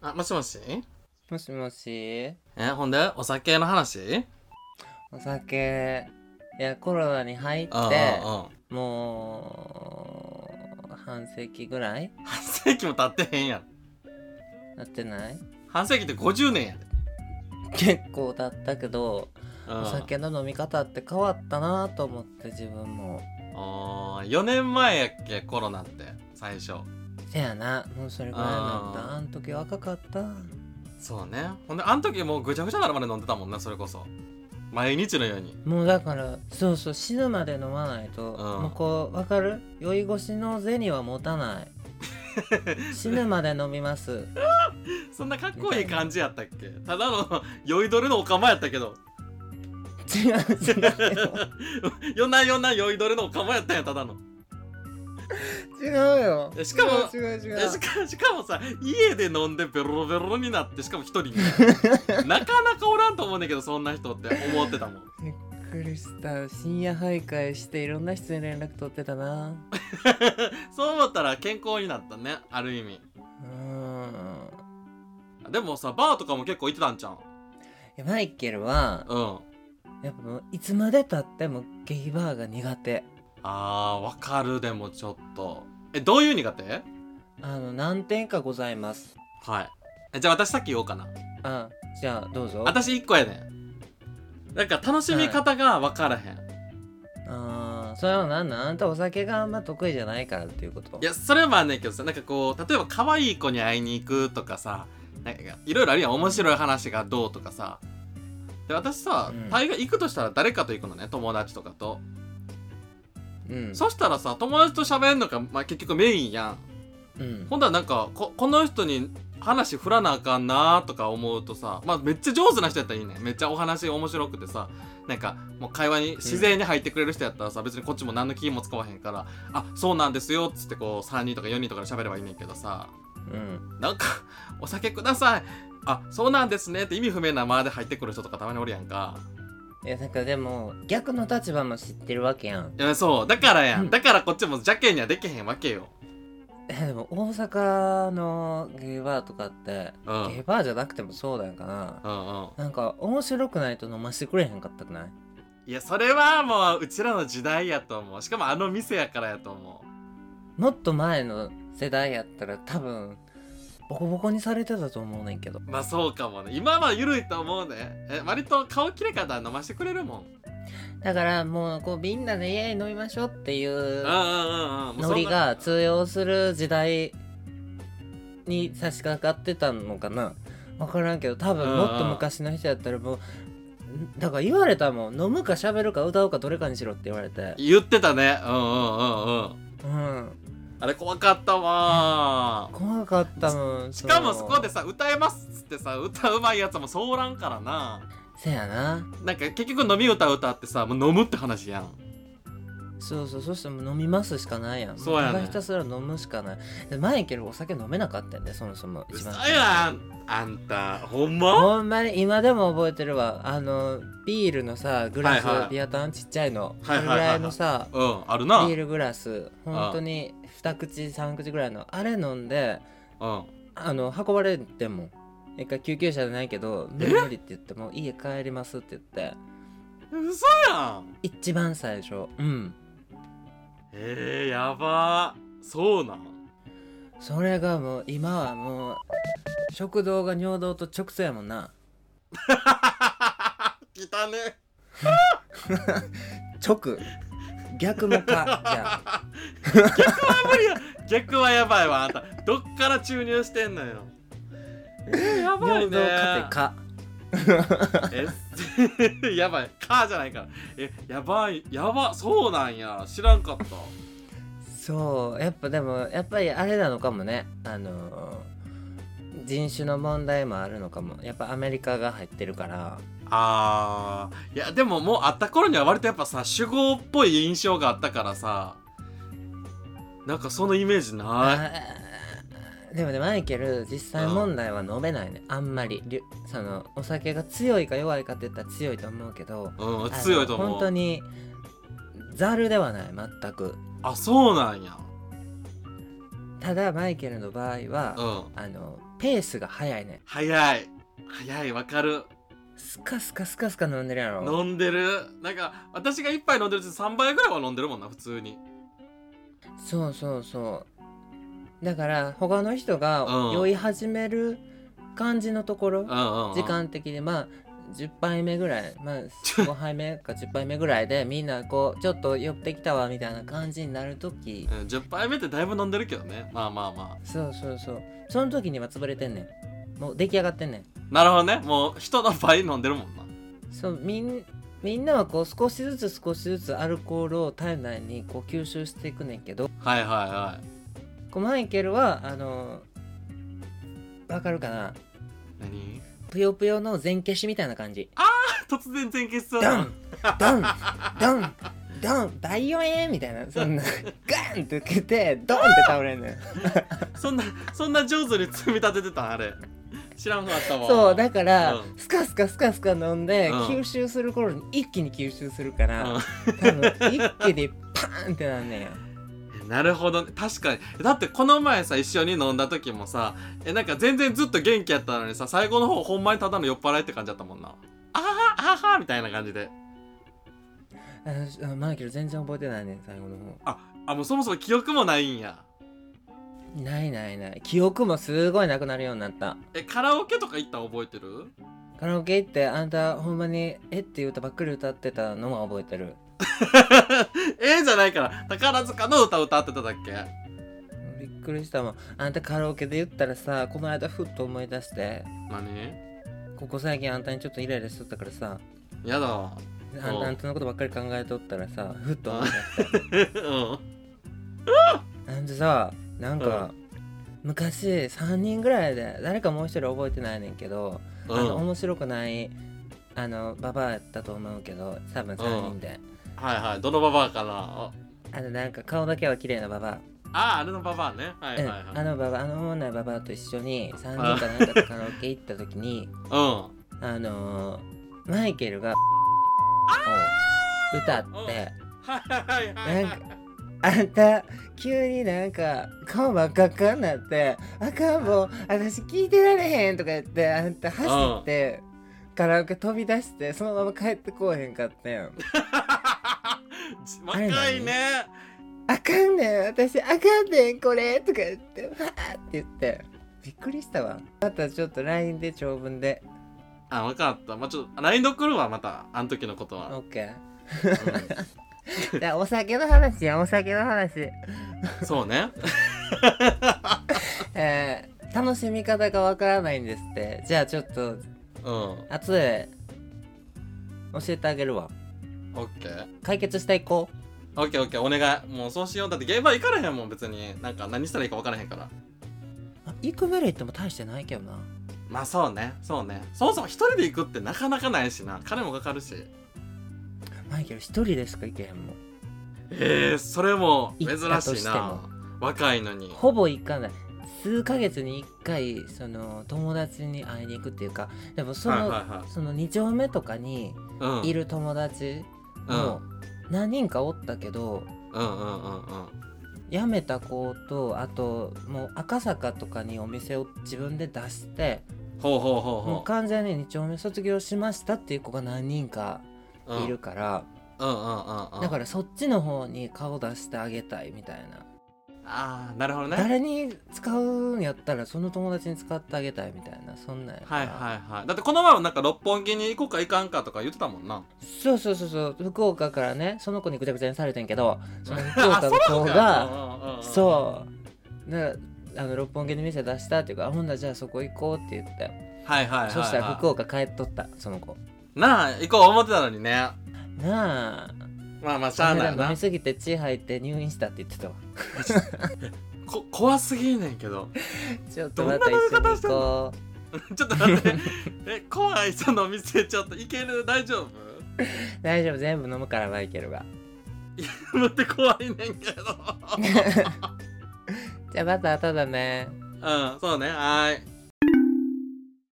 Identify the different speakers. Speaker 1: あ、もしもし
Speaker 2: もしもし
Speaker 1: え、ほんで、お酒の話
Speaker 2: お酒いやコロナに入って
Speaker 1: うんうんうん。
Speaker 2: もう半世紀ぐらい
Speaker 1: 半世紀も経ってへんやん。
Speaker 2: なってない
Speaker 1: 半世紀って50年やで。
Speaker 2: 結構だったけど
Speaker 1: うん
Speaker 2: お酒の飲み方って変わったなと思って自分も
Speaker 1: あー4年前やっけコロナって最初
Speaker 2: せやなもうそれぐらいなんだ
Speaker 1: あー
Speaker 2: あん時若かった
Speaker 1: そうねほんであの時もうぐちゃぐちゃなるまで飲んでたもんなそれこそ毎日のように
Speaker 2: もうだからそうそう死ぬまで飲まないと、
Speaker 1: うん
Speaker 2: もうこうわかる酔い越しの銭は持たな い死ぬまで飲みます
Speaker 1: そんなかっこいい感じやったっけただの酔いどれのおかまやったけ ど
Speaker 2: 違う違
Speaker 1: 夜な夜な酔いどれのおかまやったんやただの
Speaker 2: うよ違うよ
Speaker 1: えしかも
Speaker 2: 違う違う違
Speaker 1: え
Speaker 2: う
Speaker 1: し かしかもさ家で飲んでベロベロになってしかも一人に なかなかおらんと思うねんけどそんな人って思ってたもん
Speaker 2: びっくりした深夜徘徊していろんな人に連絡取ってたな
Speaker 1: そう思ったら健康になったねある意味
Speaker 2: うーん
Speaker 1: でもさバーとかも結構行ってたんちゃう
Speaker 2: いやマイケルは
Speaker 1: うん
Speaker 2: やっぱもういつまでたってもゲイバーが苦手
Speaker 1: あーわかるでもちょっとえどういう苦手
Speaker 2: あの何点かございます
Speaker 1: はいえじゃあ私さっき言おうかな
Speaker 2: あじゃあどうぞ
Speaker 1: 私1個やねんなんか楽しみ方が分からへん、い、
Speaker 2: あーそれはなんなんあんたお酒があんま得意じゃないからっていうこと
Speaker 1: やそれはまあねんけどさなんかこう例えば可愛い子に会いに行くとかさなんかいろいろあるやん面白い話がどうとかさで私さ、
Speaker 2: うん
Speaker 1: 大概行くとしたら誰かと行くのね友達とかと、
Speaker 2: うん
Speaker 1: そしたらさ友達と喋るのが、まあ、結局メインやん
Speaker 2: うん
Speaker 1: ほんだらなんかここの人に話振らなあかんなとか思うとさ、まあ、めっちゃ上手な人やったらいいねめっちゃお話面白くてさなんかもう会話に自然に入ってくれる人やったらさ、別にこっちも何の気も使わへんから「あそうなんですよ」っつってこう3人とか4人とかで喋ればいいねんけどさ
Speaker 2: うん
Speaker 1: なんか「お酒ください」「あそうなんですね」って意味不明な間で入ってくる人とかたまにおるやんか
Speaker 2: いやなんかでも逆の立場も知ってるわけやん
Speaker 1: いやそうだからやんだからこっちも邪険にはできへんわけよ
Speaker 2: えでも大阪のゲイバーとかって、
Speaker 1: うん
Speaker 2: ゲイバーじゃなくてもそうだんかな、
Speaker 1: うんうん
Speaker 2: なんか面白くないと飲ましてくれへんかったくない
Speaker 1: いやそれはもううちらの時代やと思うしかもあの店やからやと思う
Speaker 2: もっと前の世代やったら多分ボコボコにされてたと思うねんけど
Speaker 1: まあそうかもね。今は緩いと思うね。え割と顔切れ方飲ましてくれるもん。
Speaker 2: だからもうこうみんなでイエーイ飲みましょうっていう
Speaker 1: うんうんうんうん。もうそんな
Speaker 2: ノリ。が通用する時代に差し掛かってたのかな分からんけど多分もっと昔の人やったらもうんだから言われたもん飲むか喋るか歌うかどれかにしろって言われて
Speaker 1: 言ってたね。うんうんうんうん。
Speaker 2: うん
Speaker 1: あれ怖かったわ
Speaker 2: 怖かったもん
Speaker 1: しかもそこですさ歌えますっつってさ歌うまいやつもそうおらんからな
Speaker 2: せやな
Speaker 1: なんか結局飲み歌歌ってさもう飲むって話やん
Speaker 2: そうそうそしてもう飲みますしかないやん
Speaker 1: そうやね
Speaker 2: ただひたすら飲むしかないでマイケルお酒飲めなかったんでそもそも
Speaker 1: う
Speaker 2: 一
Speaker 1: そ
Speaker 2: 番
Speaker 1: やんあんたほんま
Speaker 2: ほんまに今でも覚えてるわあのビールのさグラス、
Speaker 1: はいはい
Speaker 2: ビアタンちっちゃいの、
Speaker 1: はいはいはいはい
Speaker 2: あれぐらいのさ
Speaker 1: うんあるな
Speaker 2: ビールグラス本当に2口3口ぐらいのあれ飲んで
Speaker 1: うん
Speaker 2: あの運ばれてもん一回救急車じゃないけど無理って言ってもう家帰りますって言って
Speaker 1: 嘘やん
Speaker 2: 一番最初うん
Speaker 1: えー、やばーそう なん
Speaker 2: それがもう今はもう食堂が尿道と直通やもんな
Speaker 1: きたね
Speaker 2: 直逆 もかじゃあ
Speaker 1: 逆はやばいわあんたどっから注入してんのよえーやばい
Speaker 2: 尿
Speaker 1: ね
Speaker 2: 道かてか
Speaker 1: え やばいかじゃないからえやばいやばそうなんや知らんかった
Speaker 2: そうやっぱでもやっぱりあれなのかもねあのー人種の問題もあるのかもやっぱアメリカが入ってるから
Speaker 1: あーいやでももうあった頃には割とやっぱさ主語っぽい印象があったからさなんかそのイメージない
Speaker 2: あーでもねマイケル実際問題は飲めないねあんまりりゅそのお酒が強いか弱いかって言ったら強いと思うけど
Speaker 1: うん強いと
Speaker 2: あの
Speaker 1: 思
Speaker 2: 本当
Speaker 1: う
Speaker 2: にざるではない全く
Speaker 1: あそうなんや
Speaker 2: ただマイケルの場合は、
Speaker 1: うん
Speaker 2: あのペースが早いね
Speaker 1: 早い早いわかる
Speaker 2: スカスカスカスカ飲んでるやろ
Speaker 1: 飲んでるなんか私が一杯飲んでるうち3杯ぐらいは飲んでるもんな普通に
Speaker 2: そうそうそうだから他の人が
Speaker 1: うん
Speaker 2: 酔い始める感じのところ、
Speaker 1: うんうん、うん、
Speaker 2: 時間的にまあ10杯目ぐらいまあ5杯目か10杯目ぐらいでみんなこうちょっと寄ってきたわみたいな感じになる時
Speaker 1: うん10杯目ってだいぶ飲んでるけどねまあまあま
Speaker 2: そうそうそうその時には潰れてんねんもう出来上がってんねん
Speaker 1: あなるほどねもう人の倍飲んでるもんな
Speaker 2: そうみんみんなはこう少しずつ少しずつアルコールを体内にこう吸収していくねんけど
Speaker 1: はいはいは
Speaker 2: こうマイケルはあのわかるかない
Speaker 1: 何
Speaker 2: ぷよぷよの全消しみたいな感じ
Speaker 1: 突然前傾しそう
Speaker 2: ド
Speaker 1: だ
Speaker 2: ンドンドンドンバイオエンみたいな そんなガンって受けてドンって倒れんのよ
Speaker 1: そんなそんな上手に積み立ててたんあれ知らんかったわ
Speaker 2: そうだから、
Speaker 1: うん
Speaker 2: スカスカスカスカ飲んで、
Speaker 1: うん
Speaker 2: 吸収する頃に一気に吸収するから、
Speaker 1: うん
Speaker 2: 多分一気にパーンってなんねんよ
Speaker 1: なるほど、ね、確かにだってこの前さ一緒に飲んだ時もさえなんか全然ずっと元気やったのにさ最後の方ほんまにただの酔っ払いって感じだったもんなあははあははみたいな感じで
Speaker 2: あのしあのマイケル全然覚えてないねん最後の方
Speaker 1: あもうそもそも記憶もないんや
Speaker 2: ないないない記憶もすごいなくなるようになった
Speaker 1: えカラオケとか行ったん覚えてる
Speaker 2: カラオケ行ってあんたほんまに「えっ?」ていう歌ばっかり歌ってたのは覚えてる
Speaker 1: ええじゃないから宝塚の歌歌ってただっけ
Speaker 2: びっくりしたもんあんたカラオケで言ったらさこの間ふっと思い出して
Speaker 1: 何
Speaker 2: ここ最近あんたにちょっとイライラしとったからさ
Speaker 1: やだ わ
Speaker 2: あん
Speaker 1: おう
Speaker 2: たあんたのことばっかり考えとったらさふっと思い出して
Speaker 1: うん
Speaker 2: あんたさなんか昔3人ぐらいで誰かもう一人覚えてないねんけどあ
Speaker 1: うん
Speaker 2: の面白くないあのババアやったと思うけど多分3人で
Speaker 1: はいはいどのババアかな
Speaker 2: あのなんか顔だけは綺麗なババア
Speaker 1: あああれのババアねはいはいはい、
Speaker 2: うんあのババあの女ババアと一緒に3人かなんかでカラオケ行った時に
Speaker 1: うん
Speaker 2: あのー、マイケルがを歌って
Speaker 1: はいはいはい
Speaker 2: なんか あんた急になんか顔真っ赤っかになって「あかんもう私聞いてられへん」とか言ってあんた走ってカラオケ飛び出してそのまま帰ってこうへんかったやん。あれ
Speaker 1: 若いね
Speaker 2: あかんねん私あかんねんこれとか言ってわーって言ってびっくりしたわまたちょっと LINE で長文で
Speaker 1: あ分かったまあちょっと LINE で送るわまたあの時のことは、
Speaker 2: OK
Speaker 1: う
Speaker 2: じゃあお酒の話やお酒の話
Speaker 1: んそうね
Speaker 2: えー、楽しみ方がわからないんですってじゃあちょっと
Speaker 1: うんオ
Speaker 2: 後で教えてあげるわ
Speaker 1: ッケー
Speaker 2: 解決していこう
Speaker 1: オッケーオッケーお願いもうそうしようだって現場行かれへんもん別になんか何したらいいか分からへんから
Speaker 2: あ行くメリットも大してないけどな
Speaker 1: まあそうねそうねそもそも一人で行くってなかなかないしな金もかかるし
Speaker 2: マイケル一人でしか行けへんもん
Speaker 1: えー、それも珍
Speaker 2: 行ったと
Speaker 1: しい
Speaker 2: して
Speaker 1: な
Speaker 2: も
Speaker 1: 若いのに
Speaker 2: ほぼ行かない数ヶ月に1回その友達に会いに行くっていうかでもその、
Speaker 1: はいはいはい
Speaker 2: その2丁目とかに
Speaker 1: うん
Speaker 2: いる友達
Speaker 1: うん
Speaker 2: も何人かおったけど、
Speaker 1: うんうんうんうん
Speaker 2: 辞めた子とあともう赤坂とかにお店を自分で出して
Speaker 1: ほうほうほう
Speaker 2: も
Speaker 1: ほ
Speaker 2: う完全に2丁目卒業しましたっていう子が何人か
Speaker 1: ううん
Speaker 2: いるから、
Speaker 1: うんうんうんうん
Speaker 2: だからそっちの方に顔出してあげたいみたいな、
Speaker 1: ああなるほどね
Speaker 2: 誰に使うんやったらその友達に使ってあげたいみたいなそんなんやから
Speaker 1: はいはいはいだってこの前はなんか六本木に行こうか行かんかとか言ってたもんな
Speaker 2: そうそうそうそう福岡からねその子にぐちゃぐちゃにされてんけどその 福
Speaker 1: あ
Speaker 2: 岡の子が
Speaker 1: がう
Speaker 2: そうなあの六本木に店出したっていうからほんならじゃあそこ行こうって言って、
Speaker 1: はいはいはい、はい、
Speaker 2: そしたら福岡帰っとったその子
Speaker 1: なあ行こう思ってたのにね
Speaker 2: なあ
Speaker 1: まあまあしゃあないよ
Speaker 2: 俺ら飲
Speaker 1: な
Speaker 2: みすぎて血入って入院したって言ってたわ
Speaker 1: こ怖すぎんねんけど
Speaker 2: ちょっとまた一緒に行こ
Speaker 1: ちょっと待ってえ怖いその店ちょっと行ける大丈夫
Speaker 2: う大丈夫全部飲むからマイケルが
Speaker 1: 待って怖いねんけど
Speaker 2: じゃあまた後だね
Speaker 1: うんそうねはーい